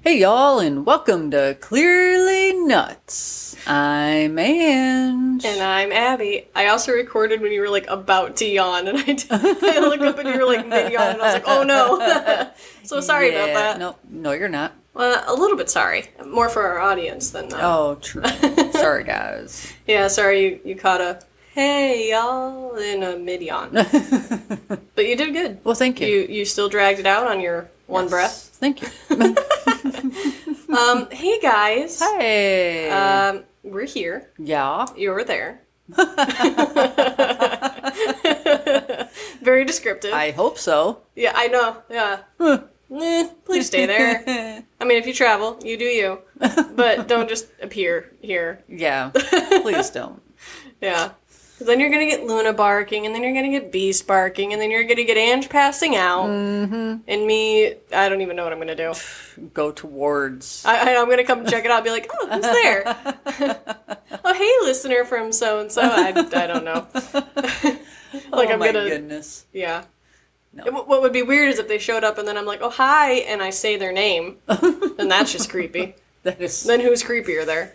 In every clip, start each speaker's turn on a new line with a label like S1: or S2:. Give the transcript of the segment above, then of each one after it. S1: Hey, y'all, and welcome to Clearly Nuts. I'm Ange.
S2: And I'm Abby. I also recorded when you were like about to yawn, and I, did, I looked up and you were like mid yawn, and I was like, oh no. so sorry
S1: Yeah,
S2: about that.
S1: No, no, you're not.
S2: Well, a little bit sorry. More for our audience than. Uh,
S1: Oh, true. Sorry, guys.
S2: Yeah, sorry you, you caught a hey y'all in a mid yawn. but you did good.
S1: Well, thank you.
S2: You you still dragged it out on your one breath.
S1: Thank you.
S2: Um, hey guys.
S1: Hey.
S2: Um, we're here.
S1: yeah.
S2: You're there. Very descriptive.
S1: I hope so.
S2: Yeah, I know. Yeah. Eh, please stay there. I mean, if you travel, you do you, but don't just appear here.
S1: Yeah. Please don't.
S2: Yeah. 'Cause Then you're gonna get Luna barking, and then you're gonna get Beast barking, and then you're gonna get Ange passing out, mm-hmm. and me. I don't even know what I'm gonna do.
S1: Go towards.
S2: I, I, I'm gonna come check it out. and Be like, oh, who's there? oh, hey, listener from so and so. I I don't know. like
S1: oh,
S2: I'm
S1: my
S2: gonna
S1: goodness.
S2: yeah.
S1: No.
S2: It- What would be weird is if they showed up and then I'm like, oh hi, and I say their name. then that's just creepy.
S1: That is
S2: Then who's creepier there?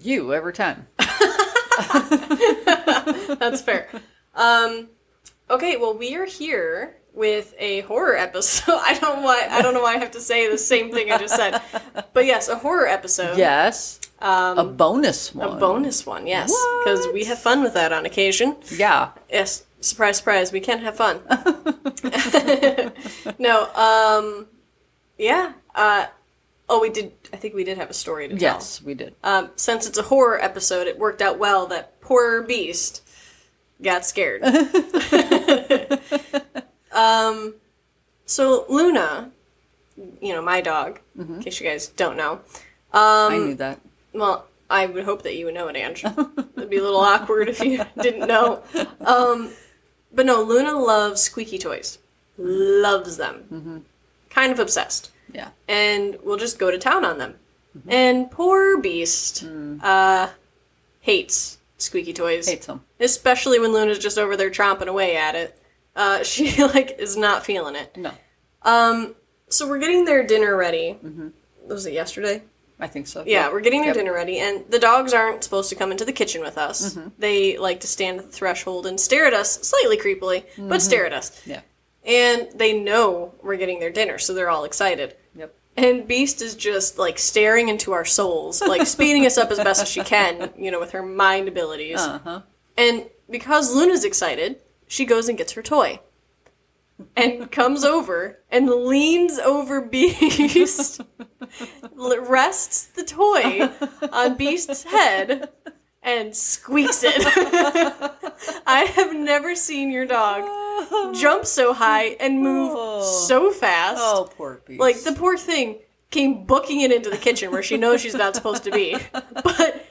S1: you every time.
S2: That's fair. um, okay, well we are here with a horror episode. I don't why I don't know why I have to say the same thing I just said, but yes, a horror episode.
S1: Yes.
S2: Um,
S1: A bonus one.
S2: a bonus one. Yes, because we
S1: What?
S2: have fun with that on occasion.
S1: Yeah.
S2: Yes, surprise, surprise. We can have fun. no, um, yeah. Uh, oh, we did. I think we did have a story to tell.
S1: Yes, we did.
S2: Um, since it's a horror episode, it worked out well that poor Beast got scared. um, so Luna, you know my dog. In case you guys don't know, Um,
S1: I knew that.
S2: well, I would hope that you would know it, Ange. It'd be a little awkward if you didn't know. Um, but no, Luna loves squeaky toys. Loves them. Kind of obsessed.
S1: Yeah.
S2: And we'll just go to town on them. And poor Beast uh, hates squeaky toys.
S1: Mm. Hates them.
S2: Especially when Luna's just over there chomping away at it. Uh, she, like, is not feeling it.
S1: No.
S2: So we're getting their dinner ready. Was it yesterday?
S1: I think so.
S2: Yeah, we're getting their
S1: Mm-hmm. Yep.
S2: dinner ready, and the dogs aren't supposed to come into the kitchen with us.
S1: Mm-hmm.
S2: They like to stand at the threshold and stare at us slightly creepily,
S1: Mm-hmm.
S2: but stare at us.
S1: Yeah.
S2: And they know we're getting their dinner, so they're all excited.
S1: Yep.
S2: And Beast is just like staring into our souls, like speeding us up as best as she can, you know, with her mind abilities.
S1: Uh-huh.
S2: And because Luna's excited, she goes and gets her toy. And comes over and leans over Beast, l- rests the toy on Beast's head, and squeaks it. I have never seen your dog jump so high and move so fast.
S1: Oh, poor beast.
S2: Like the poor thing came booking it into the kitchen where she knows she's not supposed to be. But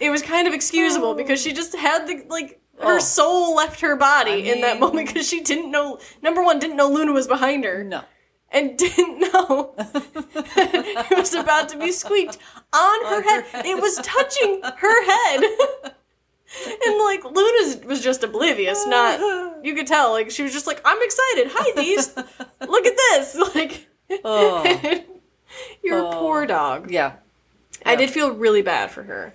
S2: it was kind of excusable because she just had the like her
S1: Oh.
S2: soul left her body in that
S1: mean-
S2: moment because she didn't know number one didn't know Luna was behind her
S1: no.
S2: and didn't know it was about to be squeaked on her head. It was touching her head. And like Luna was just oblivious, not you could tell. Like she was just like, "I'm excited. Hi, these. Look at this." Like
S1: Oh,
S2: your
S1: Oh.
S2: poor dog.
S1: yeah.
S2: I did feel really bad for her,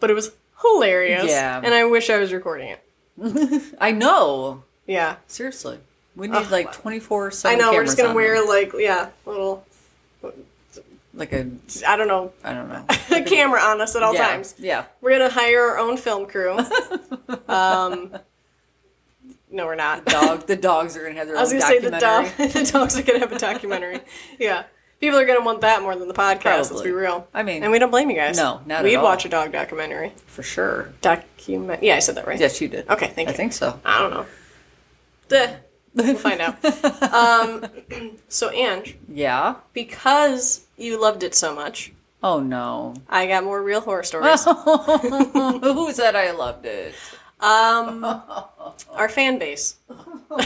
S2: but it was hilarious.
S1: Yeah.
S2: And I wish I was recording it.
S1: I know.
S2: Yeah.
S1: Seriously. We need like 24
S2: I
S1: seven
S2: know. We're
S1: cameras
S2: just going to
S1: on
S2: wear,
S1: there.
S2: like, yeah, little,
S1: like a
S2: I don't know,
S1: I don't know.
S2: a camera on us at all
S1: yeah.
S2: times.
S1: Yeah.
S2: We're going to hire our own film crew. um, no, we're not.
S1: Dog the dogs are going to have their
S2: I was
S1: own
S2: going to say the, dog,
S1: documentary.
S2: the dogs are going to have a documentary. yeah. People are going to want that more than the podcast, let's
S1: Probably.
S2: be real.
S1: I mean-
S2: and we don't blame you guys.
S1: No, not at
S2: We'd
S1: all.
S2: watch a dog documentary.
S1: for sure.
S2: Document. Yeah, I said that right.
S1: Yes, you did.
S2: Okay, thank
S1: I
S2: you.
S1: think so.
S2: I don't know. Duh. We'll find out. Um, so, Ange,
S1: Yeah.
S2: because you loved it so much,
S1: Oh no.
S2: I got more real horror stories.
S1: Who said I loved it?
S2: Our fan base.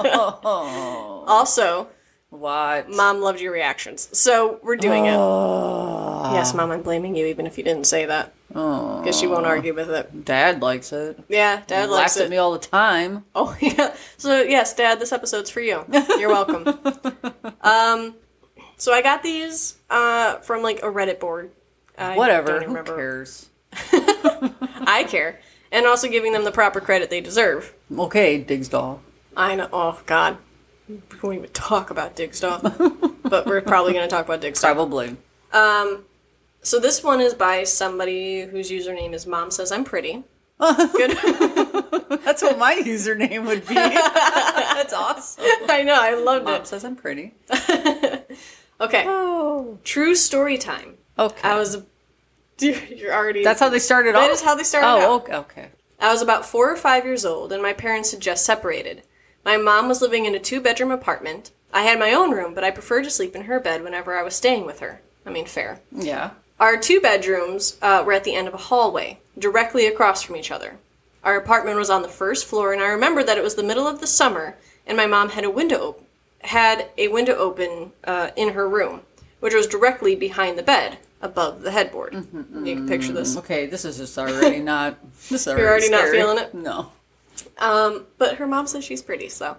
S1: Oh.
S2: Also,
S1: What?
S2: mom loved your reactions. So, we're doing it.
S1: Oh.
S2: Yes, mom, I'm blaming you, even if you didn't say that,
S1: Oh.
S2: because she won't argue with it.
S1: Dad likes it.
S2: Yeah, dad
S1: Laughs
S2: likes
S1: at
S2: it.
S1: me all the time.
S2: Oh, yeah. So, yes, dad, this episode's for you. You're welcome. um, So I got these uh, from like a Reddit board. I
S1: Whatever. Who
S2: don't even remember.
S1: cares?
S2: I care, and also giving them the proper credit they deserve.
S1: Okay, Digsdall.
S2: I know. Oh God, we won't even talk about Digstock, but we're probably going to talk about Digstock.
S1: Probably.
S2: So this one is by somebody whose username is Mom Says I'm Pretty. Good.
S1: That's what my username would be. That's awesome.
S2: I know. I loved
S1: Mom
S2: it.
S1: says I'm pretty.
S2: Okay.
S1: Oh.
S2: True story time.
S1: Okay.
S2: I was. Dude, you're already.
S1: That's how they started off?
S2: That is how they started out.
S1: Oh, okay. okay.
S2: I was about four or five years old, and my parents had just separated. My mom was living in a two bedroom apartment. I had my own room, but I preferred to sleep in her bed whenever I was staying with her. I mean, fair.
S1: Yeah.
S2: Our two bedrooms uh, were at the end of a hallway, directly across from each other. Our apartment was on the first floor, and I remember that it was the middle of the summer, and my mom had a window op- had a window open uh, in her room, which was directly behind the bed, above the headboard. You can picture this.
S1: Okay, this is just already not. This is already
S2: You're already not
S1: scary.
S2: feeling it?
S1: No.
S2: Um, but her mom says she's pretty, so.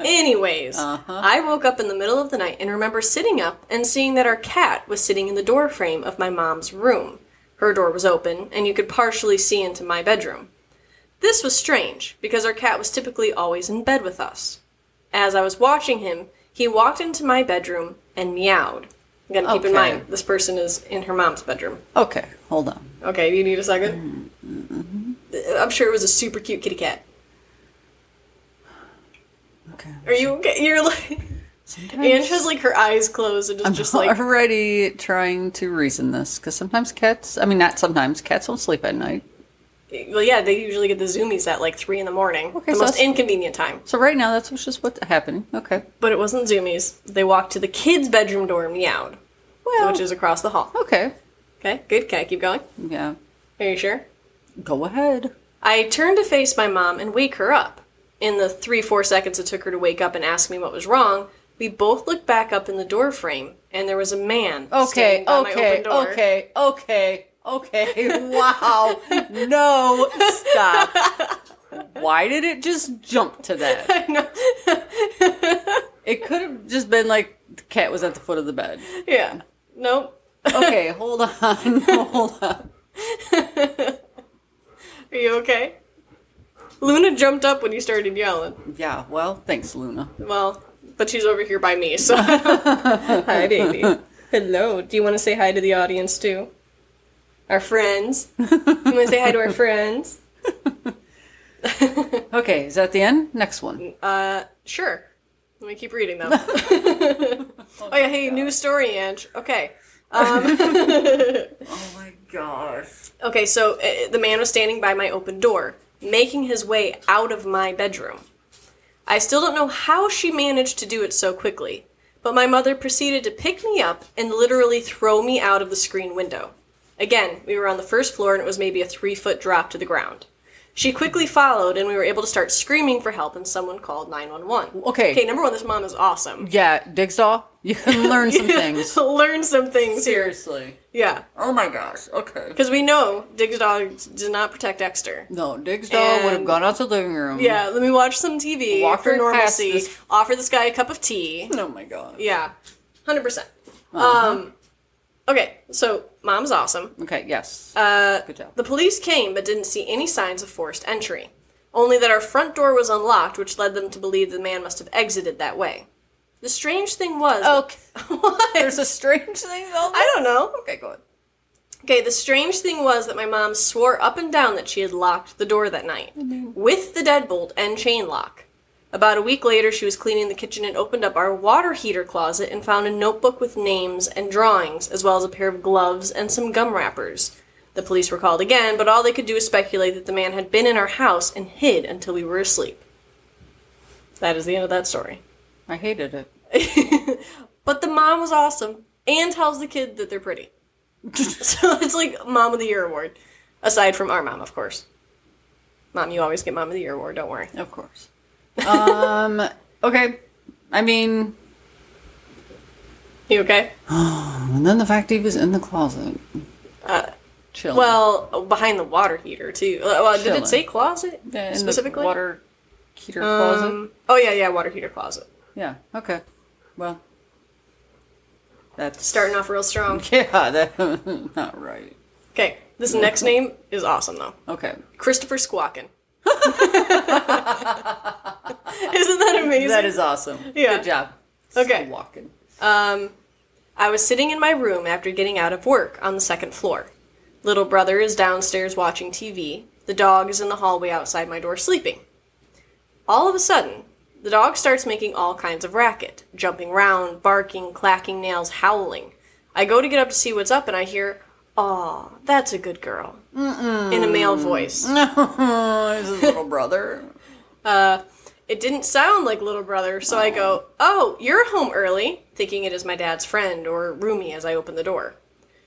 S2: Anyways,
S1: Uh-huh.
S2: I woke up in the middle of the night and remember sitting up and seeing that our cat was sitting in the door frame of my mom's room. Her door was open, and you could partially see into my bedroom. This was strange, because our cat was typically always in bed with us. As I was watching him, he walked into my bedroom and meowed. Again, keep in
S1: Okay.
S2: mind, this person is in her mom's bedroom.
S1: Okay, hold on.
S2: Okay, you need a 2nd
S1: Mm-hmm.
S2: i I'm sure it was a super cute kitty cat.
S1: Okay.
S2: Are you okay? You're like.
S1: Sometimes-
S2: Ange has like her eyes closed and is
S1: I'm
S2: just like.
S1: already trying to reason this because sometimes cats, I mean, not sometimes, cats don't sleep at night.
S2: Well, yeah, they usually get the zoomies at like 3 in the morning.
S1: Okay,
S2: the
S1: so
S2: most
S1: that's-
S2: inconvenient time.
S1: So right now, that's just what happened. Okay.
S2: But it wasn't zoomies. They walked to the kids' bedroom door and meowed,
S1: Well,
S2: which is across the hall.
S1: okay.
S2: Okay, good. Can I keep going?
S1: Yeah.
S2: Are you sure?
S1: Go ahead.
S2: I turned to face my mom and wake her up. In the three, four seconds it took her to wake up and ask me what was wrong, we both looked back up in the door frame, and there was a man.
S1: Okay,
S2: standing by my
S1: okay,
S2: open door.
S1: okay, okay, okay. Wow. no, stop. Why did it just jump to that?
S2: I know.
S1: It could have just been like the cat was at the foot of the bed.
S2: Yeah. Nope.
S1: Okay, hold on, hold on.
S2: Are you okay? Luna jumped up when you started yelling.
S1: Yeah, well, thanks, Luna.
S2: Well, but she's over here by me, so. hi, baby. Hello. Do you want to say hi to the audience, too? Our friends. You want to say hi to our friends?
S1: Okay, is that the end? Next one.
S2: Uh, sure. Let me keep reading them. oh, yeah, hey, new story, Ange. Okay.
S1: Oh my gosh.
S2: Okay, so uh, the man was standing by my open door, making his way out of my bedroom. I still don't know how she managed to do it so quickly, but my mother proceeded to pick me up and literally throw me out of the screen window. Again, we were on the first floor and it was maybe a three foot drop to the ground. She quickly followed and we were able to start screaming for help and someone called 911.
S1: Okay.
S2: Okay, number one, this mom is awesome.
S1: Yeah, Digsaw, you can learn some things.
S2: Learn some things here.
S1: Seriously.
S2: Yeah.
S1: Oh my gosh, okay.
S2: Because we know Digdog did not protect Dexter.
S1: No, Digsaw would have
S2: And-
S1: gone out to the living room.
S2: Yeah, let me watch some TV
S1: Walk
S2: for
S1: right past
S2: normalcy.
S1: this-
S2: Offer this guy a cup of tea.
S1: Oh my god.
S2: Yeah, hundred percent.
S1: Uh-huh.
S2: Um, okay, so mom's awesome.
S1: Okay, yes. Uh, Good job.
S2: The police came but didn't see any signs of forced entry. Only that our front door was unlocked, which led them to believe the man must have exited that way. The strange thing was,
S1: Okay.
S2: what?
S1: There's a strange thing though.
S2: I don't know.
S1: Okay, go ahead.
S2: Okay, the strange thing was that my mom swore up and down that she had locked the door that night with the deadbolt and chain lock. About a week later, she was cleaning the kitchen and opened up our water heater closet and found a notebook with names and drawings, as well as a pair of gloves and some gum wrappers. The police were called again, but all they could do is speculate that the man had been in our house and hid until we were asleep. That is the end of that story.
S1: I hated it.
S2: But the mom was awesome and tells the kid that they're pretty. so it's like Mom of the Year award. Aside from our mom, of course. Mom, you always get Mom of the Year award, don't worry.
S1: Of course. Um. okay. I mean,
S2: You okay?
S1: and then the fact he was in the closet.
S2: Uh,
S1: Chill.
S2: well, behind the water heater, too. Uh, Well, did
S1: Chilling.
S2: it say closet
S1: in the
S2: specifically?
S1: water heater closet.
S2: Um, oh, yeah, yeah, water heater closet.
S1: Yeah. Okay. Well, that's
S2: Starting off real strong.
S1: Yeah, that not right.
S2: Okay, this next name is awesome though.
S1: Okay,
S2: Christopher Squawkin. Isn't that amazing?
S1: that is awesome.
S2: Yeah.
S1: Good job.
S2: Okay.
S1: Walking.
S2: Um, I was sitting in my room after getting out of work on the second floor. Little brother is downstairs watching TV. The dog is in the hallway outside my door sleeping. All of a sudden, the dog starts making all kinds of racket jumping round, barking, clacking nails, howling. I go to get up to see what's up and I hear, Aw, that's a good girl. Mm-mm. In a male voice.
S1: Oh, He's his little brother.
S2: It didn't sound like little brother, so I go, "Oh, you're home early," thinking it is my dad's friend or roomie as I open the door.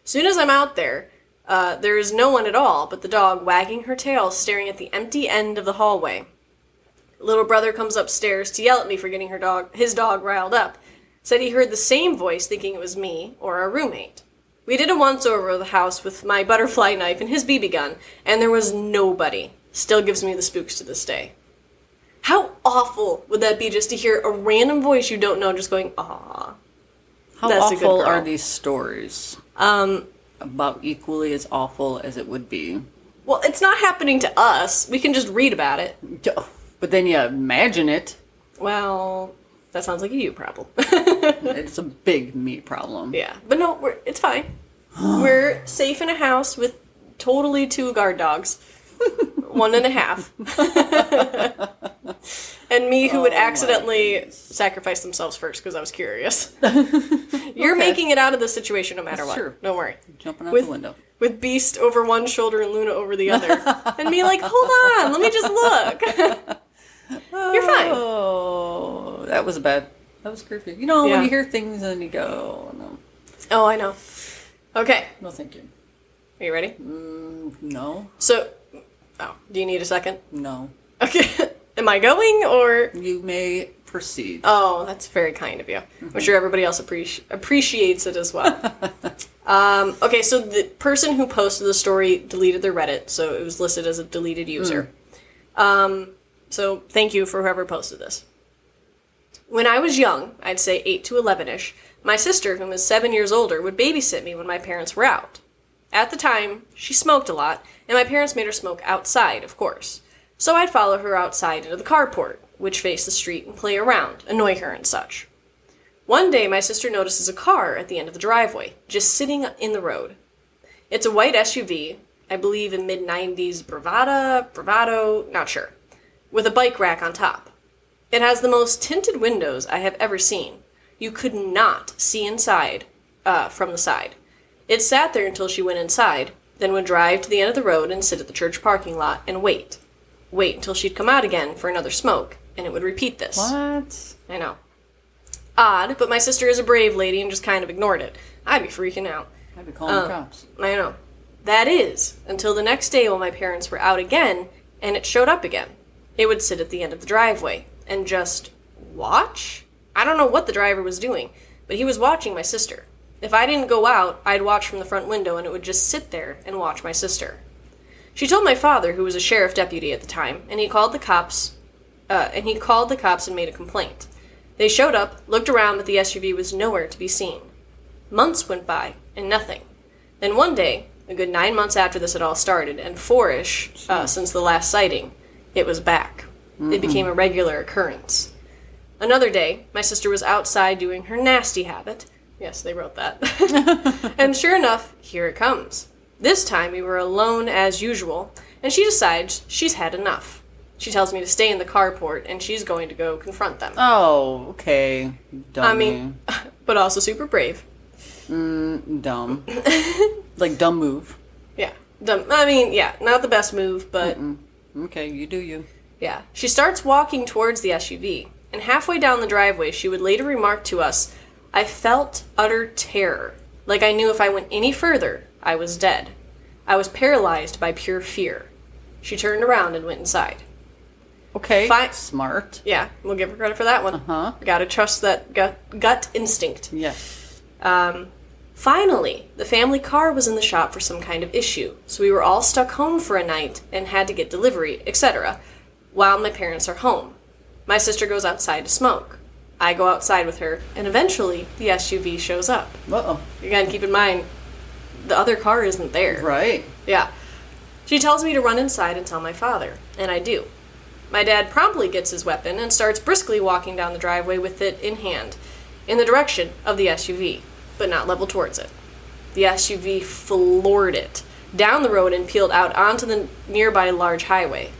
S2: Soon as I'm out there, uh, there is no one at all but the dog wagging her tail, staring at the empty end of the hallway. Little brother comes upstairs to yell at me for getting her dog, his dog riled up. Said he heard the same voice, thinking it was me or a roommate. We did a once over of the house with my butterfly knife and his BB gun, and there was nobody. Still gives me the spooks to this day. How awful would that be just to hear a random voice you don't know just going, ah.
S1: How
S2: That's a good
S1: awful
S2: girl.
S1: are these stories?
S2: Um,
S1: About equally as awful as it would be.
S2: well, it's not happening to us. We can just read about it.
S1: Duh. But then you imagine it.
S2: Well, that sounds like a you problem.
S1: It's a big meat problem.
S2: yeah. But no, we're, it's fine. we're safe in a house with totally two guard dogs. One and a half. and me who would
S1: Oh my
S2: accidentally sacrifice themselves first because I was curious. You're making it out of this situation no matter
S1: That's
S2: what.
S1: true.
S2: Don't worry.
S1: Jumping out
S2: With-
S1: the window.
S2: with Beast over one shoulder and Luna over the other. and me like, hold on, let me just look. You're fine.
S1: Oh, that was bad. That was creepy. You know,
S2: Yeah.
S1: when you hear things and you go, "Oh, no,
S2: Oh, I know. Okay,
S1: no, thank you.
S2: are you ready?
S1: No,
S2: So, oh, do you need a second?
S1: no.
S2: Okay, am I going or?
S1: You may proceed.
S2: Oh, that's very kind of you. I'm sure everybody else appreci- appreciates it as well. um, okay, so the person who posted the story deleted their Reddit, so it was listed as a deleted user. Um, so thank you for whoever posted this. When I was young, I'd say 8 to 11 ish, my sister, who was 7 years older, would babysit me when my parents were out. At the time, she smoked a lot, and my parents made her smoke outside, of course. So I'd follow her outside into the carport, which faced the street, and play around, annoy her and such. One day, my sister notices a car at the end of the driveway, just sitting in the road. It's a white SUV, I believe in mid 90s Bravada, Bravado, not sure, with a bike rack on top. It has the most tinted windows I have ever seen. You could not see inside uh, from the side. It sat there until she went inside, then would drive to the end of the road and sit at the church parking lot and wait. Wait until she'd come out again for another smoke, and it would repeat this.
S1: what?
S2: I know. Odd, but my sister is a brave lady and just kind of ignored it. I'd be freaking out.
S1: I'd be
S2: Oh.
S1: calling the cops.
S2: I know. That is, until the next day when my parents were out again and it showed up again. It would sit at the end of the driveway and just watch? I don't know what the driver was doing, but he was watching my sister. If I didn't go out, I'd watch from the front window and it would just sit there and watch my sister. She told my father, who was a sheriff deputy at the time, and he called the cops uh, and he called the cops and made a complaint. They showed up, looked around, but the SUV was nowhere to be seen. Months went by, and nothing. Then one day, a good nine months after this had all started, and four-ish uh, since the last sighting, it was back. It became a regular occurrence. Another day, my sister was outside doing her nasty habit. Yes, they wrote that. and sure enough, here it comes. This time we were alone as usual, and she decides she's had enough. She tells me to stay in the carport, and she's going to go confront them.
S1: Oh, okay. Dummy.
S2: I mean, but also super brave.
S1: dumb. like dumb move.
S2: Yeah. Dumb. I mean, yeah, not the best move, but
S1: Okay, you do you.
S2: Yeah. She starts walking towards the SUV, and halfway down the driveway, she would later remark to us, I felt utter terror. Like I knew if I went any further, I was dead. I was paralyzed by pure fear. She turned around and went inside.
S1: Okay.
S2: Fi-
S1: Smart.
S2: Yeah, we'll give her credit for that one.
S1: Uh-huh.
S2: Gotta trust that gut, gut instinct.
S1: Yes.
S2: Finally, the family car was in the shop for some kind of issue, so we were all stuck home for a night and had to get delivery, etc., while my parents are home. My sister goes outside to smoke. I go outside with her, and eventually the SUV shows up.
S1: Uh oh.
S2: Again, keep in mind, the other car isn't there.
S1: Right.
S2: Yeah. She tells me to run inside and tell my father, and I do. My dad promptly gets his weapon and starts briskly walking down the driveway with it in hand, in the direction of the SUV, but not level towards it. The SUV floored it down the road and peeled out onto the nearby large highway.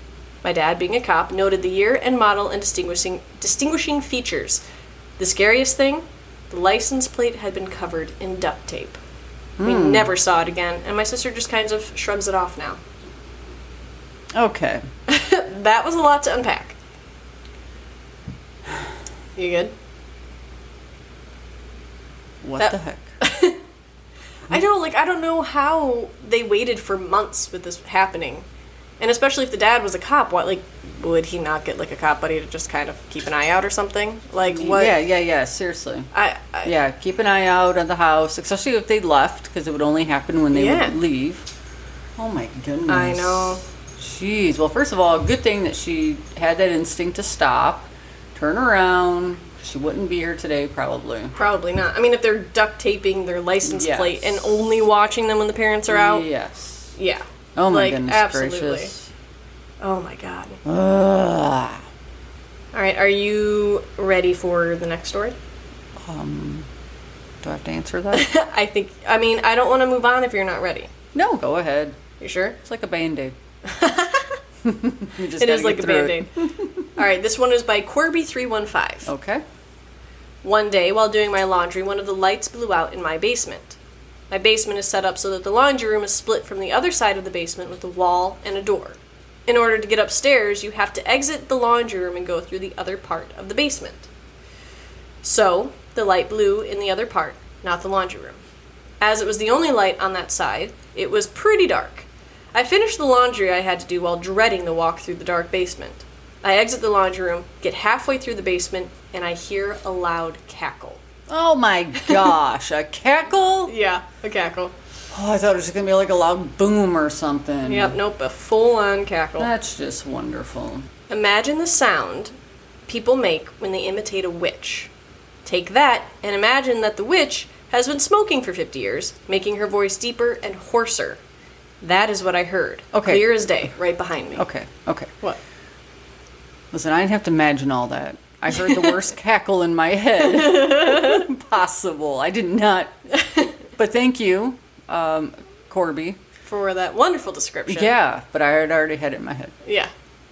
S2: My dad, being a cop, noted the year and model and distinguishing distinguishing features. The scariest thing, the license plate had been covered in duct tape. We
S1: Hmm.
S2: never saw it again, and my sister just kind of shrugs it off now.
S1: Okay.
S2: That was a lot to unpack. You good?
S1: What
S2: That-
S1: the heck?
S2: I don't like I don't know how they waited for months with this happening. And especially if the dad was a cop, what like would he not get like a cop buddy to just kind of keep an eye out or something? Like what
S1: Yeah, yeah, yeah. Seriously.
S2: I, I
S1: Yeah, keep an eye out on the house, especially if they left, because it would only happen when they
S2: Yeah.
S1: would leave. Oh my goodness.
S2: I know.
S1: Jeez. Well, first of all, good thing that she had that instinct to stop, turn around. She wouldn't be here today, probably.
S2: Probably not. I mean, if they're duct taping their license
S1: Yes.
S2: plate and only watching them when the parents are out, yeah.
S1: Yes. Oh my
S2: Like,
S1: goodness
S2: absolutely.
S1: gracious.
S2: Oh my god.
S1: Ugh.
S2: All right, are you ready for the next story?
S1: Um, do I have to answer that?
S2: I think. I mean, I don't want to move on if you're not ready.
S1: no, go ahead.
S2: You sure?
S1: It's like a band aid.
S2: it is like a band aid. All right, this one is by Corby315.
S1: Okay.
S2: One day, while doing my laundry, one of the lights blew out in my basement. My basement is set up so that the laundry room is split from the other side of the basement with a wall and a door. In order to get upstairs, you have to exit the laundry room and go through the other part of the basement. So, the light blew in the other part, not the laundry room. As it was the only light on that side, it was pretty dark. I finished the laundry I had to do while dreading the walk through the dark basement. I exit the laundry room, get halfway through the basement, and I hear a loud cackle.
S1: Oh my gosh, a cackle?
S2: Yeah, a cackle.
S1: Oh, I thought it was gonna be like a loud boom or something.
S2: Yep, nope, a full on cackle.
S1: That's just wonderful.
S2: Imagine the sound people make when they imitate a witch. Take that and imagine that the witch has been smoking for 50 years, making her voice deeper and hoarser. That is what I heard.
S1: Okay.
S2: Clear as day, right behind me.
S1: Okay, okay.
S2: What?
S1: Listen, I didn't have to imagine all that. I heard the worst cackle in my head possible. I did not. But thank you, um, Corby.
S2: For that wonderful description.
S1: Yeah, but I had already had it in my head.
S2: Yeah.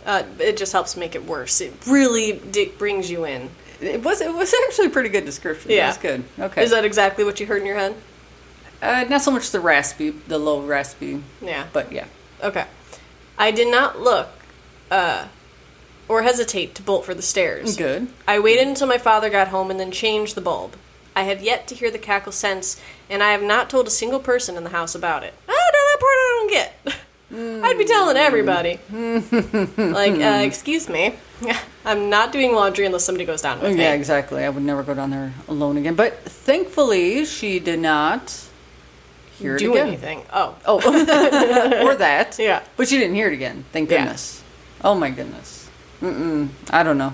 S2: Uh, it just helps make it worse. It really d- brings you in.
S1: It was it was actually a pretty good description.
S2: Yeah.
S1: It was good. Okay.
S2: Is that exactly what you heard in your head?
S1: Uh, not so much the raspy, the low raspy,
S2: Yeah.
S1: but yeah.
S2: Okay. I did not look uh, or hesitate to bolt for the stairs.
S1: Good.
S2: I waited until my father got home and then changed the bulb. I have yet to hear the cackle since, and I have not told a single person in the house about it. Ah, no, that part I don't get. I'd
S1: Hmm.
S2: be telling everybody. like, uh, excuse me. I'm not doing laundry unless somebody goes down with
S1: Yeah,
S2: me.
S1: exactly. I would never go down there alone again. But thankfully, she did not hear it
S2: Do
S1: again.
S2: anything. Oh.
S1: Oh, or that.
S2: Yeah.
S1: But she didn't hear it again. Thank
S2: Yeah.
S1: goodness. Oh my goodness. Mm-mm. I don't know.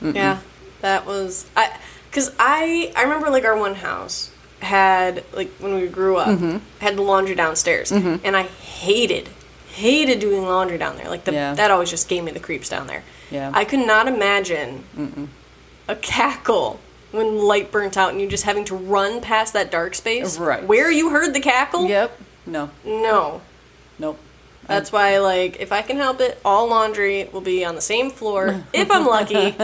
S2: Yeah, that was I because I I remember like our one house had like when we grew up
S1: Mm-hmm.
S2: had the laundry downstairs, and I hated hated doing laundry down there. Like the,
S1: Yeah.
S2: that always just gave me the creeps down there.
S1: Yeah.
S2: I could not imagine a cackle when light burnt out and you just having to run past that dark space
S1: Right.
S2: where you heard the cackle.
S1: Yep. No.
S2: No.
S1: Nope.
S2: That's why, like, if I can help it, all laundry will be on the same floor if I'm lucky.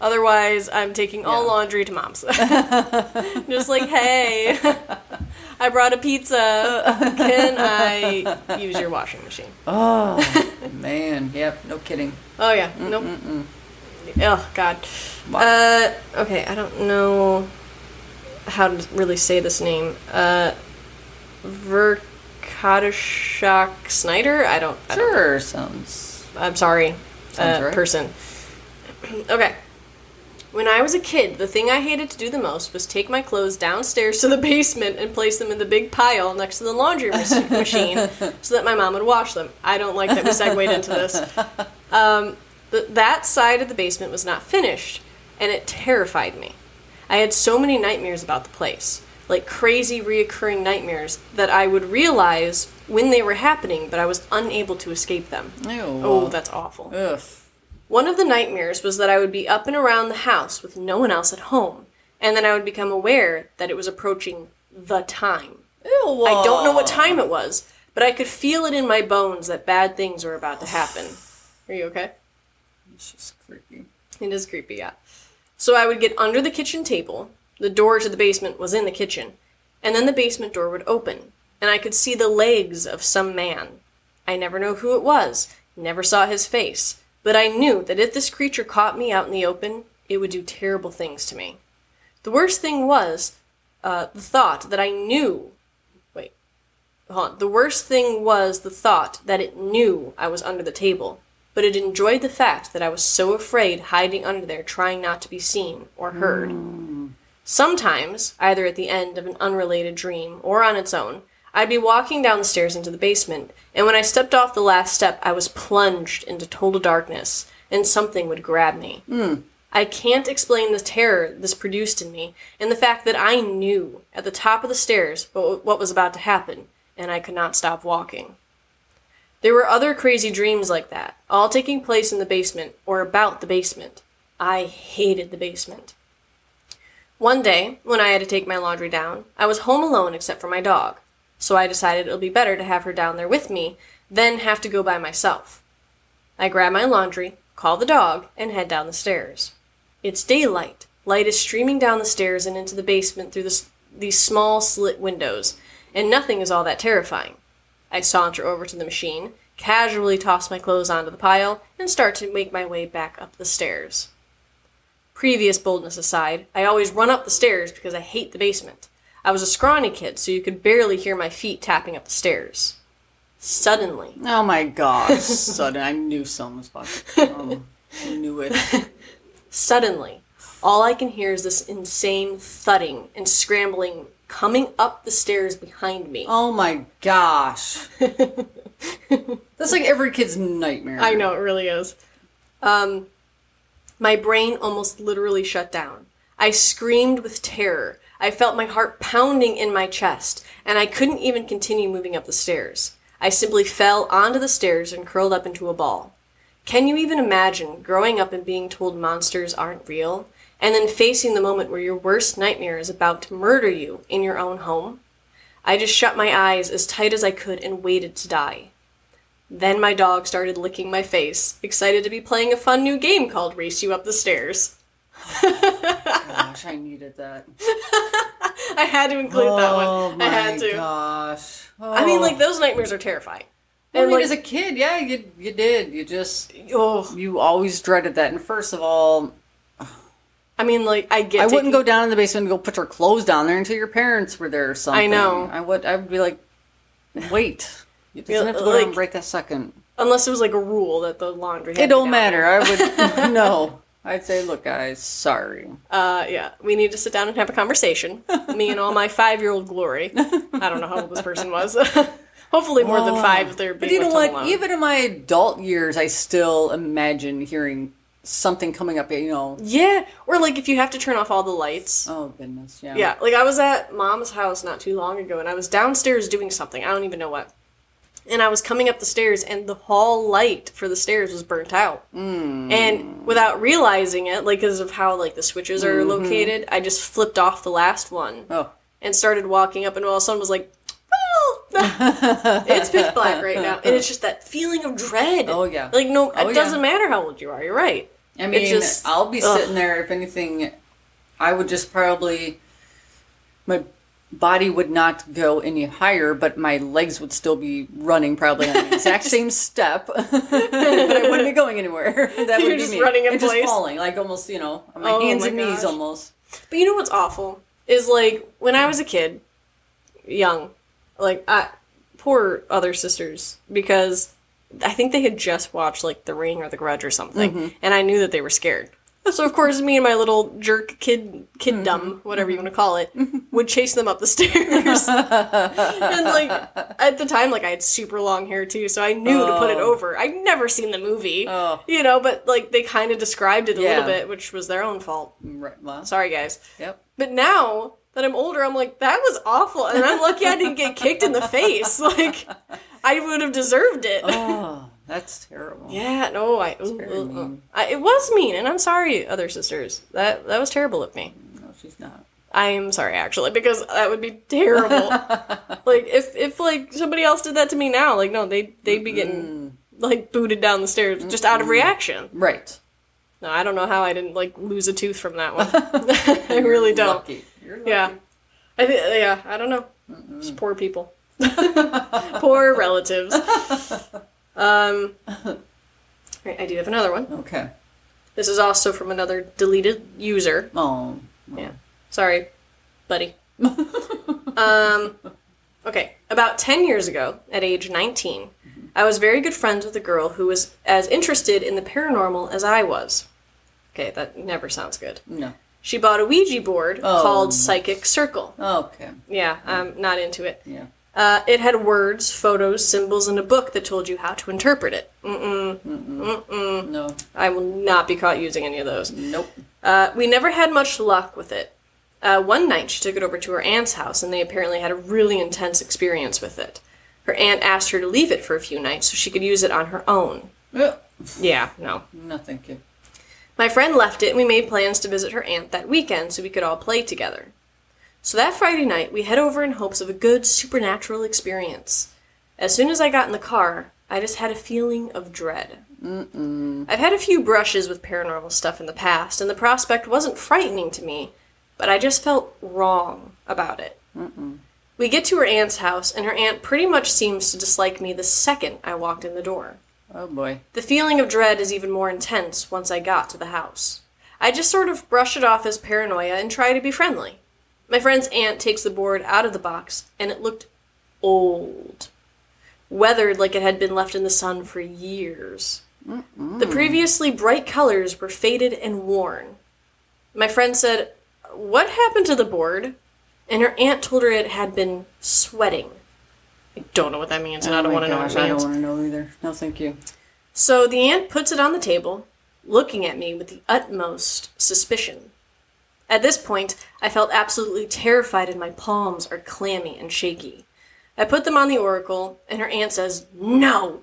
S2: Otherwise, I'm taking all
S1: Yeah.
S2: laundry to mom's. Just like, hey, I brought a pizza. Can I use your washing machine?
S1: Oh man. Yep. No kidding.
S2: Oh yeah, nope. Oh god.
S1: Wow.
S2: Uh, okay, I don't know how to really say this name. Uh, Verkadashak Snyder. I don't. I don't
S1: Sure. Sounds.
S2: I'm sorry,
S1: Sounds
S2: uh,
S1: right.
S2: person. okay. When I was a kid, the thing I hated to do the most was take my clothes downstairs to the basement and place them in the big pile next to the laundry mas- machine so that my mom would wash them. I don't like that we segued into this. Um, th- that side of the basement was not finished. and it terrified me. I had so many nightmares about the place, like crazy reoccurring nightmares that I would realize when they were happening, but I was unable to escape them.
S1: Ew.
S2: Oh, that's awful.
S1: Ugh.
S2: One of the nightmares was that I would be up and around the house with no one else at home, and then I would become aware that it was approaching the time.
S1: Ew.
S2: I don't know what time it was, but I could feel it in my bones that bad things were about to happen. Are you okay?
S1: It's just creepy.
S2: It is creepy, yeah. So I would get under the kitchen table. The door to the basement was in the kitchen. And then the basement door would open, and I could see the legs of some man. I never know who it was, never saw his face, but I knew that if this creature caught me out in the open, it would do terrible things to me. The worst thing was uh, the thought that I knew. Wait, hold on. The worst thing was the thought that it knew I was under the table, but it enjoyed the fact that I was so afraid hiding under there trying not to be seen or heard. Sometimes, either at the end of an unrelated dream or on its own, I'd be walking down the stairs into the basement, and when I stepped off the last step, I was plunged into total darkness, and something would grab me. I can't explain the terror this produced in me, and the fact that I knew at the top of the stairs what what was about to happen, and I could not stop walking. There were other crazy dreams like that, all taking place in the basement or about the basement. I hated the basement. One day, when I had to take my laundry down, I was home alone except for my dog, so I decided it'll be better to have her down there with me than have to go by myself. I grab my laundry, call the dog, and head down the stairs. It's daylight. Light is streaming down the stairs and into the basement through the, s- these small slit windows, and nothing is all that terrifying. I saunter over to the machine, casually toss my clothes onto the pile, and start to make my way back up the stairs. Previous boldness aside, I always run up the stairs because I hate the basement. I was a scrawny kid, so you could barely hear my feet tapping up the stairs. Suddenly,
S1: Oh my gosh. Sudden. I knew someone was fucking. Um, I knew it.
S2: Suddenly, all I can hear is this insane thudding and scrambling coming up the stairs behind me.
S1: Oh my gosh. That's like every kid's nightmare.
S2: I know, it really is. Um, my brain almost literally shut down. I screamed with terror. I felt my heart pounding in my chest, and I couldn't even continue moving up the stairs. I simply fell onto the stairs and curled up into a ball. Can you even imagine growing up and being told monsters aren't real, and then facing the moment where your worst nightmare is about to murder you in your own home? I just shut my eyes as tight as I could and waited to die. Then my dog started licking my face, excited to be playing a fun new game called Race You Up the Stairs.
S1: Gosh, I needed that.
S2: I had to include that
S1: Oh
S2: one.
S1: my
S2: I had to.
S1: gosh.
S2: I mean,
S1: Oh.
S2: like those nightmares are terrifying.
S1: I
S2: And
S1: mean,
S2: like,
S1: as a kid, yeah, you you did. You just
S2: oh,
S1: you always dreaded that. And first of all,
S2: I mean, like I get.
S1: I wouldn't
S2: taking-
S1: go down in the basement and go put your clothes down there until your parents were there or something.
S2: know.
S1: I would. I would be like, wait. You doesn't have to go down
S2: like-
S1: right that second.
S2: unless it was like a rule that the laundry. Had
S1: It
S2: to be
S1: don't
S2: down
S1: matter.
S2: there.
S1: I would no. I'd say, look, guys, sorry.
S2: Uh, yeah, we need to sit down and have a conversation. Me and all my five-year-old glory. I don't know how old this person was. Hopefully, more than five. If they're being
S1: But you know
S2: left
S1: what?
S2: Alone.
S1: Even in my adult years, I still imagine hearing something coming up. You know.
S2: yeah, or like if you have to turn off all the lights.
S1: Oh goodness. Yeah.
S2: Yeah, like I was at mom's house not too long ago and I was downstairs doing something. I don't even know what. And I was coming up the stairs and the hall light for the stairs was burnt out.
S1: Hmm.
S2: Mm. And without realizing it, like because of how like the switches are
S1: Mm-hmm.
S2: located, I just flipped off the last one
S1: Oh.
S2: and started walking up and all of a sudden was like, well, it's pitch black right now. And it's just that feeling of dread.
S1: Oh, yeah.
S2: Like no,
S1: Oh,
S2: it
S1: yeah.
S2: doesn't matter how old you are. You're right.
S1: I
S2: It
S1: mean,
S2: just-
S1: I'll be
S2: ugh.
S1: sitting there. If anything, I would just probably my body would not go any higher, but my legs would still be running probably on the exact same step, but I wouldn't be going anywhere. That
S2: You're
S1: would
S2: just
S1: be me.
S2: running in
S1: and
S2: place.
S1: just falling, like almost you know, on my
S2: Oh,
S1: hands
S2: my
S1: and
S2: gosh.
S1: knees almost.
S2: But you know what's awful is like when I was a kid, young, like I poor other sisters
S1: Mm-hmm.
S2: because I think they had just watched like The Ring or The Grudge or something, and I knew that they were scared. So of course, me and my little jerk kid,
S1: Mm-hmm.
S2: kid dumb, whatever you want to call it, would chase them up the stairs. and like at the time, like I had super long hair too, so I knew to put it over. I'd never seen the movie,
S1: Oh.
S2: you know, but like they kind of described it a
S1: Yeah.
S2: little bit, which was their own fault.
S1: Right. Well,
S2: Sorry, guys.
S1: Yep.
S2: But now that I'm older, I'm like that was awful, and I'm lucky I didn't get kicked in the face. Like I would have deserved it.
S1: Oh, that's terrible.
S2: Yeah, no, I, ooh,
S1: very
S2: ooh,
S1: mean.
S2: ooh. I. It was mean, and I'm sorry, other sisters. That that was terrible of me.
S1: No, she's not.
S2: I am sorry, actually, because that would be terrible. like if if like somebody else did that to me now, like no, they they'd be getting like booted down the stairs just out of reaction.
S1: Right.
S2: No, I don't know how I didn't like lose a tooth from that one. I really don't.
S1: Lucky. You're lucky.
S2: Yeah, I think yeah, I don't know. Just poor people, poor relatives. Um, right, I do have another one.
S1: Okay.
S2: This is also from another deleted user.
S1: Oh.
S2: Yeah. Sorry, buddy. um, okay. About 10 years ago, at age 19, I was very good friends with a girl who was as interested in the paranormal as I was. Okay, that never sounds good.
S1: No.
S2: She bought a Ouija board
S1: Oh.
S2: called Psychic Circle.
S1: Okay.
S2: Yeah, I'm not into it.
S1: Yeah.
S2: Uh, it had words, photos, symbols, and a book that told you how to interpret it. Mm-mm.
S1: No.
S2: I will not be caught using any of those.
S1: Nope.
S2: Uh, we never had much luck with it. Uh, one night, she took it over to her aunt's house, and they apparently had a really intense experience with it. Her aunt asked her to leave it for a few nights so she could use it on her own.
S1: Ugh.
S2: Yeah, no.
S1: No, thank you.
S2: My friend left it, and we made plans to visit her aunt that weekend so we could all play together. So that Friday night, we head over in hopes of a good supernatural experience. As soon as I got in the car, I just had a feeling of dread. Mm-mm. I've had a few brushes with paranormal stuff in the past, and the prospect wasn't frightening to me, but I just felt wrong about it. We get to her aunt's house, and her aunt pretty much seems to dislike me the second I walked in the door.
S1: Oh boy.
S2: The feeling of dread is even more intense once I got to the house. I just sort of brush it off as paranoia and try to be friendly. My friend's aunt takes the board out of the box, and it looked old. Weathered like it had been left in the sun for years. The previously bright colors were faded and worn. My friend said, What happened to the board? And her aunt told her it had been sweating. I don't know what that means, and I
S1: Oh,
S2: don't
S1: my
S2: want to know what
S1: gosh,
S2: it
S1: I
S2: means.
S1: don't want to know either. No, thank you.
S2: So the aunt puts it on the table, looking at me with the utmost suspicion. At this point, I felt absolutely terrified and my palms are clammy and shaky. I put them on the oracle, and her aunt says, No!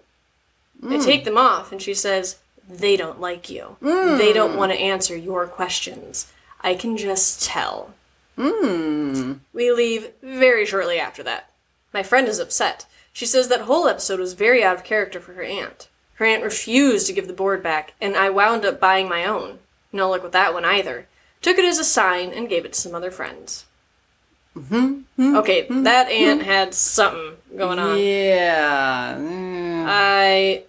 S2: I take them off, and she says, They don't like you. They don't want to answer your questions. I can just tell. We leave very shortly after that. My friend is upset. She says that whole episode was very out of character for her aunt. Her aunt refused to give the board back, and I wound up buying my own. No luck with that one either. Took it as a sign and gave it to some other friends. Okay, that aunt had something going on.
S1: Yeah. Mm.
S2: I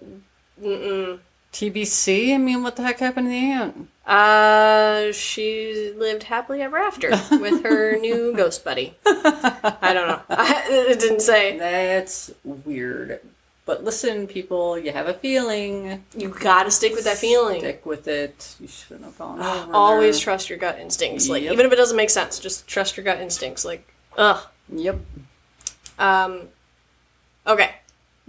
S1: TBC. I mean, what the heck happened to the ant?
S2: Uh, she lived happily ever after with her new ghost buddy. I don't know. I, it didn't say.
S1: That's weird. But listen, people, you have a feeling.
S2: You gotta stick with that feeling.
S1: Stick with it. You shouldn't have gone. over
S2: Always
S1: there.
S2: trust your gut instincts. Like
S1: Yep.
S2: even if it doesn't make sense, just trust your gut instincts. Like ugh.
S1: Yep.
S2: Um. Okay.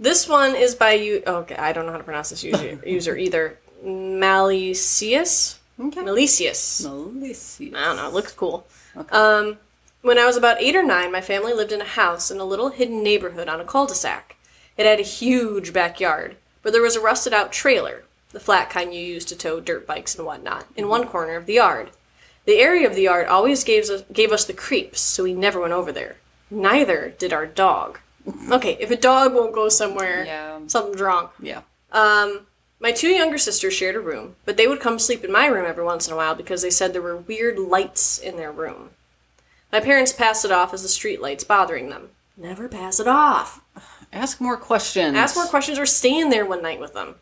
S2: This one is by you. Okay, I don't know how to pronounce this user, user either. Malicius.
S1: Okay.
S2: Malicius.
S1: Malicious.
S2: I don't know. It looks cool. Um, when I was about eight or nine, my family lived in a house in a little hidden neighborhood on a cul-de-sac. It had a huge backyard, but there was a rusted-out trailer, the flat kind you use to tow dirt bikes and whatnot, in one corner of the yard. The area of the yard always gave us, gave us the creeps, so we never went over there. Neither did our dog. Okay, if a dog won't go somewhere,
S1: Yeah.
S2: something's wrong.
S1: Yeah.
S2: Um, my two younger sisters shared a room, but they would come sleep in my room every once in a while because they said there were weird lights in their room. My parents passed it off as the street lights bothering them. Never pass it off.
S1: Ask more questions.
S2: Ask more questions or stay in there one night with them.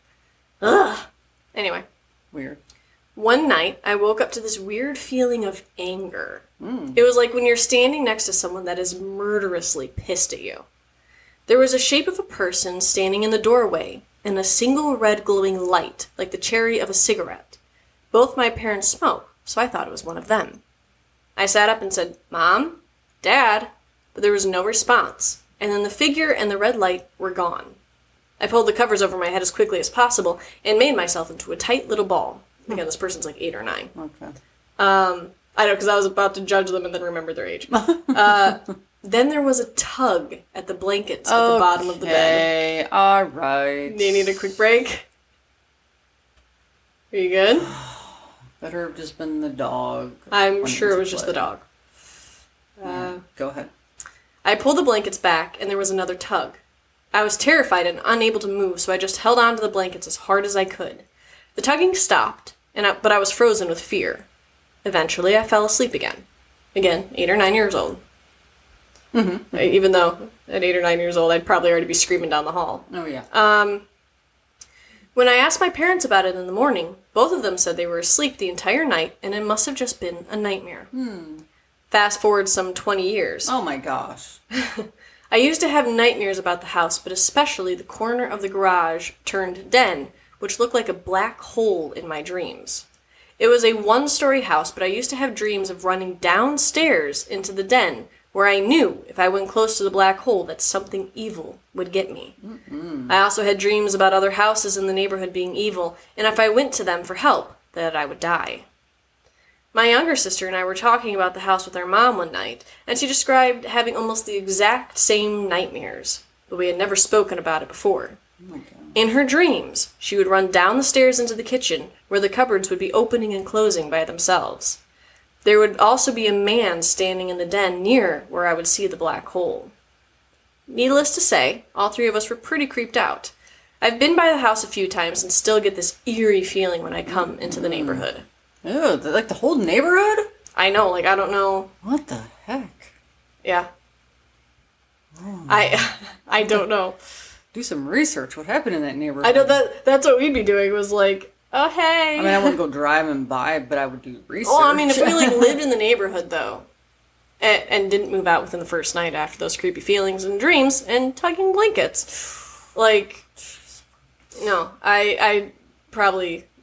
S2: Ugh. Anyway,
S1: Weird.
S2: one night I woke up to this weird feeling of anger. It was like when you're standing next to someone that is murderously pissed at you. There was a shape of a person standing in the doorway and a single red glowing light, like the cherry of a cigarette. Both my parents smoke, so I thought it was one of them. I sat up and said, Mom? Dad? But there was no response, and then the figure and the red light were gone. I pulled the covers over my head as quickly as possible and made myself into a tight little ball. Again, this person's like eight or nine.
S1: Okay.
S2: Um, I know because I was about to judge them and then remember their age. Uh, then there was a tug at the blankets at the bottom of the bed.
S1: Okay, all right.
S2: Do you need a quick break? Are you good?
S1: Better have just been the dog.
S2: I'm
S1: When
S2: sure it was
S1: a
S2: just the
S1: play.
S2: dog. Uh,
S1: Go ahead.
S2: I pulled the blankets back, and there was another tug. I was terrified and unable to move, so I just held on to the blankets as hard as I could. The tugging stopped, and I, but I was frozen with fear. Eventually, I fell asleep again. Again, eight or nine years old. Mm-hmm. Even though at eight or nine years old, I'd probably already be screaming down the hall.
S1: Oh yeah.
S2: Uh. When I asked my parents about it in the morning, both of them said they were asleep the entire night and it must have just been a nightmare. Fast forward some 20 years.
S1: oh my gosh.
S2: I used to have nightmares about the house, but especially the corner of the garage turned den, which looked like a black hole in my dreams. It was a one story house, but I used to have dreams of running downstairs into the den, where I knew if I went close to the black hole that something evil would get me. I also had dreams about other houses in the neighborhood being evil, and if I went to them for help, that I would die. My younger sister and I were talking about the house with our mom one night, and she described having almost the exact same nightmares, but we had never spoken about it before.
S1: Oh,
S2: In her dreams, she would run down the stairs into the kitchen, where the cupboards would be opening and closing by themselves. There would also be a man standing in the den near where I would see the black hole. Needless to say, all three of us were pretty creeped out. I've been by the house a few times and still get this eerie feeling when I come into the neighborhood.
S1: Ew, the, like the whole neighborhood.
S2: I know, like, I don't know
S1: What the heck?
S2: Yeah. I I don't know.
S1: Do some research. What happened in that neighborhood?
S2: I know that that's what we'd be doing was like, oh hey.
S1: I mean, I wouldn't go driving by, but I would do research.
S2: well, I mean, if we like lived in the neighborhood though, and, and didn't move out within the first night after those creepy feelings and dreams and tugging blankets, like, no, I I probably.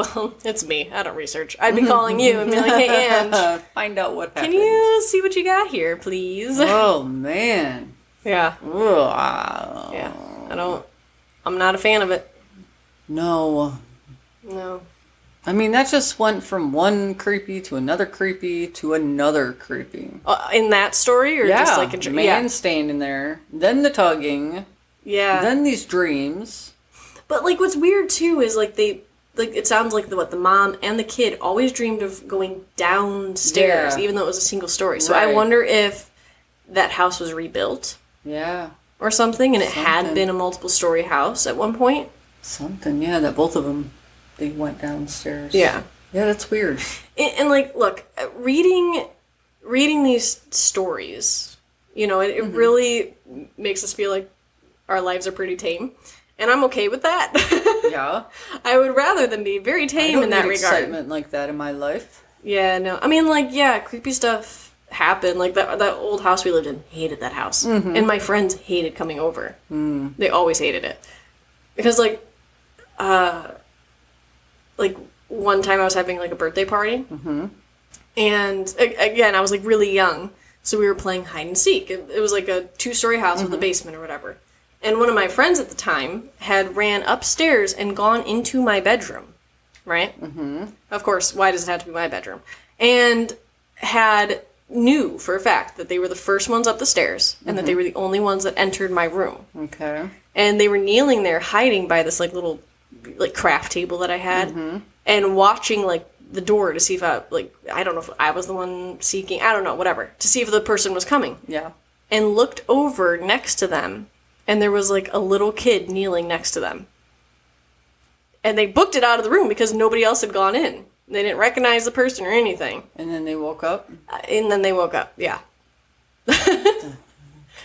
S2: Well, it's me. I don't research. I'd
S1: Mm-hmm.
S2: be calling you and be like, "Hey, Ange,
S1: Uh, find out what
S2: can
S1: happened.
S2: you see what you got here, please?"
S1: Oh man. ah.
S2: Yeah,
S1: Ugh.
S2: yeah. I don't. I'm not a fan of it.
S1: No.
S2: No.
S1: I mean, that just went from one creepy to another creepy to another creepy.
S2: Uh, in that story, or
S1: Yeah,
S2: just like in
S1: man
S2: yeah,
S1: standing there, then the tugging,
S2: yeah.
S1: then these dreams.
S2: but like, what's weird too is like they like it sounds like the, what the mom and the kid always dreamed of going downstairs,
S1: Yeah.
S2: even though it was a single story. So I
S1: Right.
S2: wonder if that house was rebuilt
S1: Yeah,
S2: or something, and it had
S1: Something.
S2: been a multiple story house at one point.
S1: something. Yeah, that both of them they went downstairs.
S2: Yeah.
S1: yeah, that's weird.
S2: and, and like look uh, reading reading these stories you know it, it
S1: Mm-hmm.
S2: really makes us feel like our lives are pretty tame and i'm okay with that
S1: Yeah,
S2: i would rather them be very
S1: I
S2: tame
S1: don't
S2: in that
S1: need
S2: regard
S1: excitement like that in my life.
S2: yeah no i mean like yeah creepy stuff happened like that that old house we lived in hated that house and my friends hated coming over Mm-hmm. mm. they always hated it because like uh like one time i was having like a birthday party and a- again i was like really young so we were playing hide and seek it, it was like a two-story house with a basement or whatever and one of my friends at the time had ran upstairs and gone into my bedroom right mm-hmm. of course why does it have to be my bedroom and had knew for a fact that they were the first ones up the stairs and that they were the only ones that entered my room
S1: Okay,
S2: and they were kneeling there hiding by this like little like craft table that I had and watching like the door to see if I like I don't know if I was the one seeking I don't know whatever to see if the person was coming
S1: yeah.
S2: and looked over next to them and there was like a little kid kneeling next to them and they booked it out of the room because nobody else had gone in they didn't recognize the person or anything
S1: And then they woke up.
S2: Uh, and then they woke up yeah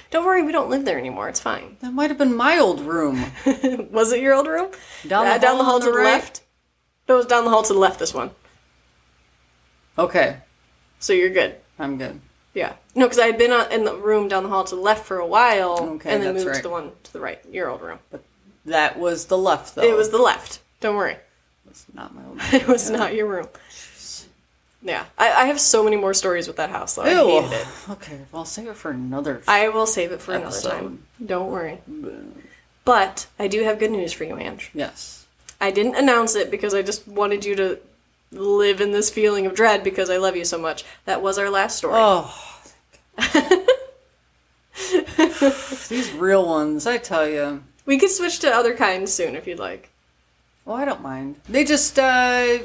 S2: don't worry we don't live there anymore it's fine
S1: That might have been my old room.
S2: was it your old room
S1: Down the
S2: Uh, down the hall
S1: hall on
S2: to
S1: the
S2: the
S1: right?
S2: left. No, it's down the hall to the left. This one,
S1: Okay,
S2: so you're good.
S1: I'm good.
S2: Yeah. No, because I had been on, in the room down the hall to the left for a while,
S1: Okay,
S2: and then
S1: that's
S2: moved to
S1: right.
S2: the one to the right, your old room.
S1: That was the left though.
S2: It was the left. Don't worry.
S1: It's not my own.
S2: It was not your room. Yeah, I, I have so many more stories with that house though. I
S1: Ew.
S2: hated it.
S1: Okay, well, save it for another.
S2: I will save it for
S1: Episode.
S2: another time. Don't worry. But I do have good news for you, Ange.
S1: yes.
S2: I didn't announce it because I just wanted you to live in this feeling of dread because I love you so much. That was our last story.
S1: Oh. These real ones, I tell you.
S2: We could switch to other kinds soon if you'd like.
S1: Well, I don't mind. They just, uh,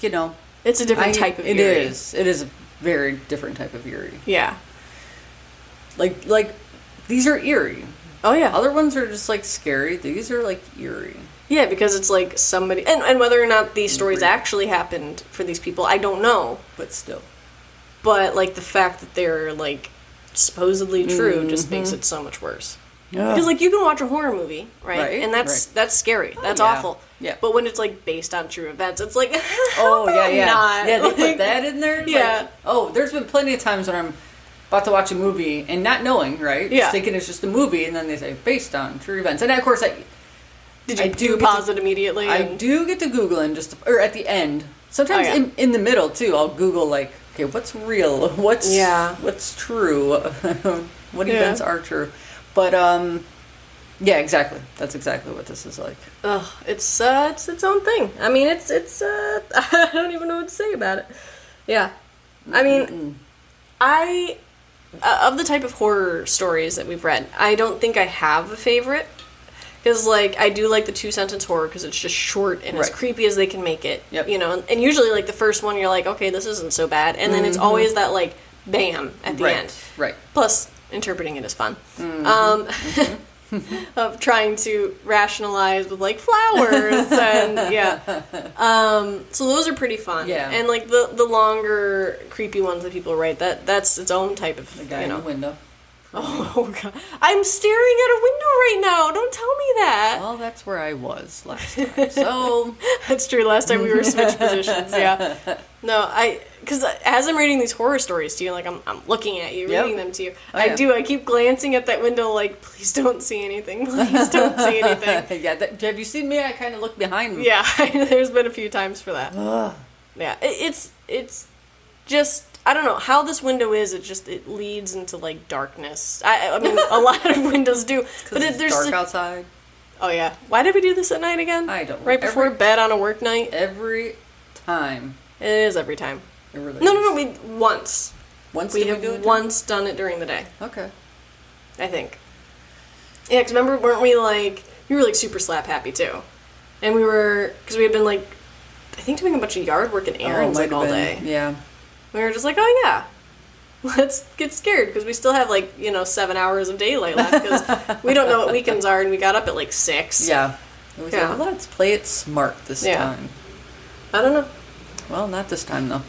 S1: you know,
S2: It's a different
S1: I-
S2: type of
S1: It
S2: eerie.
S1: is. It is a very different type of eerie.
S2: Yeah.
S1: Like, like these are eerie.
S2: Oh yeah.
S1: Other ones are just like scary. These are like eerie.
S2: Yeah, because it's like somebody and, and whether or not these stories
S1: Agreed.
S2: actually happened for these people, I don't know.
S1: but still.
S2: But like the fact that they're like supposedly true just
S1: Mm-hmm.
S2: makes it so much worse. Because like you can watch a horror movie, right?
S1: Oh. Right,
S2: and that's
S1: right. Oh,
S2: that's scary. That's
S1: yeah.
S2: awful.
S1: Yeah.
S2: But when it's like based on true events, it's like
S1: oh yeah, yeah,
S2: not.
S1: yeah. They put
S2: Like,
S1: that in there. Like,
S2: Yeah.
S1: oh, there's been plenty of times when I'm about to watch a movie and not knowing, right? Just
S2: Yeah.
S1: thinking it's just a movie, and then they say based on true events, and of course I,
S2: Did
S1: I
S2: you
S1: do
S2: do
S1: get to-
S2: pause it immediately?
S1: I
S2: and-
S1: do get to Google and just or at the end. Sometimes
S2: Oh, yeah.
S1: in, in the middle too, I'll Google like, okay, what's real? What's
S2: Yeah.
S1: What's true? what
S2: Yeah.
S1: events are true? But um, yeah, exactly. That's exactly what this is like.
S2: Ugh, it's uh, it's its own thing. I mean, it's it's uh, I don't even know what to say about it. Yeah, I mean, I uh, of the type of horror stories that we've read, I don't think I have a favorite because like I do like the two sentence horror because it's just short and as
S1: Right.
S2: creepy as they can make it.
S1: Yep.
S2: You know, and, and usually like the first one, you're like, okay, this isn't so bad, and then it's always that like bam at
S1: Mm-hmm.
S2: the
S1: right.
S2: end.
S1: Right.
S2: Plus, interpreting it is fun.
S1: Mm-hmm.
S2: Um, of trying to rationalize with like flowers and yeah. Um, so those are pretty fun.
S1: Yeah.
S2: And like the the longer creepy ones that people write, that that's its own type of
S1: The guy
S2: you know.
S1: in the window.
S2: Oh god, I'm staring at a window right now. Don't tell me that.
S1: Well, that's where I was last time. Oh, So
S2: That's true. Last time we were switched positions. Yeah. No, I because as I'm reading these horror stories to you, like I'm, I'm looking at you,
S1: Yep.
S2: reading them to you.
S1: Oh,
S2: I
S1: yeah.
S2: do. I keep glancing at that window, like please don't see anything. Please don't see anything.
S1: yeah, that, have you seen me? I kind of look behind me.
S2: yeah, there's been a few times for that.
S1: Ugh.
S2: Yeah, it, it's it's just I don't know how this window is. It just it leads into like darkness. I, I mean, a lot of windows do,
S1: 'Cause
S2: but it,
S1: it's
S2: there's
S1: dark outside.
S2: oh yeah. Why did we do this at night again?
S1: I don't know.
S2: Right before
S1: Every-
S2: bed on a work night.
S1: Every time.
S2: It is every time.
S1: It really
S2: No, no,
S1: is.
S2: no. We once.
S1: Once
S2: We
S1: did
S2: have
S1: do it?
S2: once done it during the day,
S1: Okay.
S2: I think. Yeah, because remember, weren't we like, we were like super slap happy too. And we were, because we had been like, I think doing a bunch of yard work and errands
S1: Oh, it
S2: like
S1: might
S2: all
S1: have
S2: day.
S1: been. Yeah.
S2: We were just like, oh yeah, let's get scared because we still have like, you know, seven hours of daylight left because we don't know what weekends are and we got up at like six.
S1: Yeah. It was
S2: Yeah.
S1: like, let's play it smart this
S2: Yeah.
S1: time.
S2: I don't know.
S1: Well, not this time though.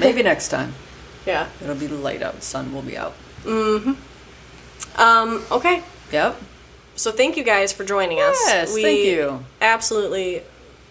S1: Maybe next time.
S2: Yeah.
S1: It'll be light out. Sun will be out.
S2: Um, okay.
S1: Yep.
S2: So thank you guys for joining us.
S1: Yes,
S2: We
S1: thank you.
S2: absolutely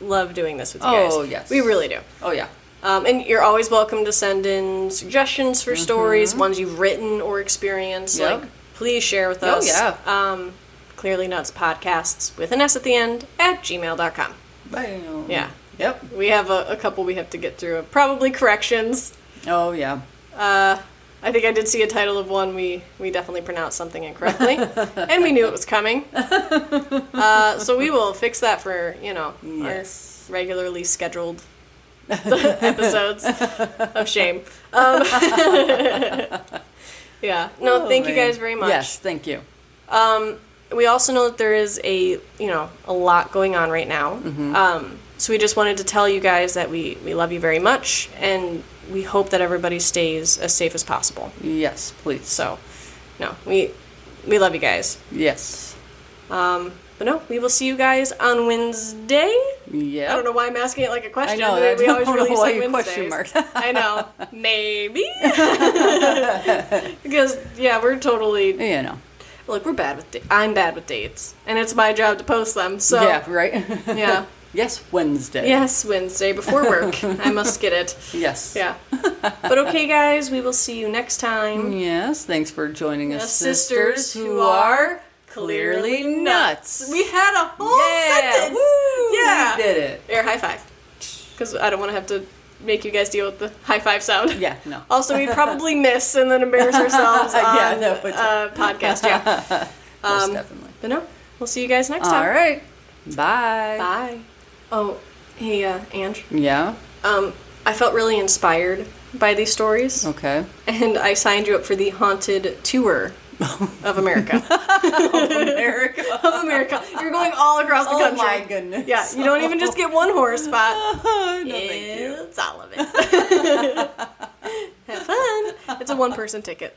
S2: love doing this with you guys.
S1: Oh, yes.
S2: We really do.
S1: Oh yeah.
S2: Um, and you're always welcome to send in suggestions for stories, ones you've written or experienced.
S1: Mm-hmm. Yep.
S2: Like, please share with
S1: Oh,
S2: us.
S1: yeah.
S2: Um, Clearly Nuts Podcasts with an S at the end at gmail.com.
S1: Bam.
S2: Yeah.
S1: Yep.
S2: We have a, a couple we have to get through. Probably corrections.
S1: Oh yeah.
S2: Uh, I think I did see a title of one we, we definitely pronounced something incorrectly, and we knew it was coming. Uh, so we will fix that for you know
S1: Yes.
S2: our regularly scheduled episodes of shame. Um, yeah. No,
S1: Oh,
S2: thank you
S1: man.
S2: guys very much. Um,
S1: Yes, thank you.
S2: We also know that there is a you know a lot going on right now.
S1: Mm-hmm.
S2: Um, so we just wanted to tell you guys that we we love you very much, and we hope that everybody stays as safe as possible.
S1: Yes, please.
S2: So, no, we we love you guys.
S1: Yes.
S2: Um, but no, we will see you guys on Wednesday.
S1: Yeah.
S2: I don't know why I'm asking it like a
S1: I
S2: question.
S1: know,
S2: We-
S1: I
S2: we always
S1: don't know
S2: release
S1: why
S2: on
S1: you question
S2: Wednesdays.
S1: mark.
S2: I know. Maybe. because yeah, we're totally
S1: You know.
S2: look. We're bad with da- I'm bad with dates, and it's my job to post them. So
S1: yeah, right?
S2: yeah.
S1: yes, Wednesday.
S2: Yes, Wednesday before work. I must get it.
S1: Yes.
S2: Yeah. But okay, guys, we will see you next time.
S1: Yes, thanks for joining us,
S2: Us
S1: sisters, who are clearly nuts.
S2: We had a whole
S1: yeah,
S2: sentence.
S1: woo,
S2: Yeah.
S1: we did it.
S2: Air high five. because I don't want to have to make you guys deal with the high five sound.
S1: Yeah, no.
S2: Also, we probably miss and then embarrass ourselves on
S1: Yeah, no, but-
S2: uh, podcast. Yeah.
S1: Most definitely.
S2: But no, we'll see you guys next
S1: All
S2: time.
S1: right. Bye.
S2: Bye. Oh, hey, uh, Ange.
S1: Yeah.
S2: Um, I felt really inspired by these stories,
S1: Okay.
S2: and I signed you up for the haunted tour of America.
S1: America.
S2: of America. You're going all across the
S1: Oh
S2: country.
S1: my goodness.
S2: Yeah, you don't even just get one horror spot.
S1: no, thank you.
S2: it's all of it. Have fun. It's a one person ticket.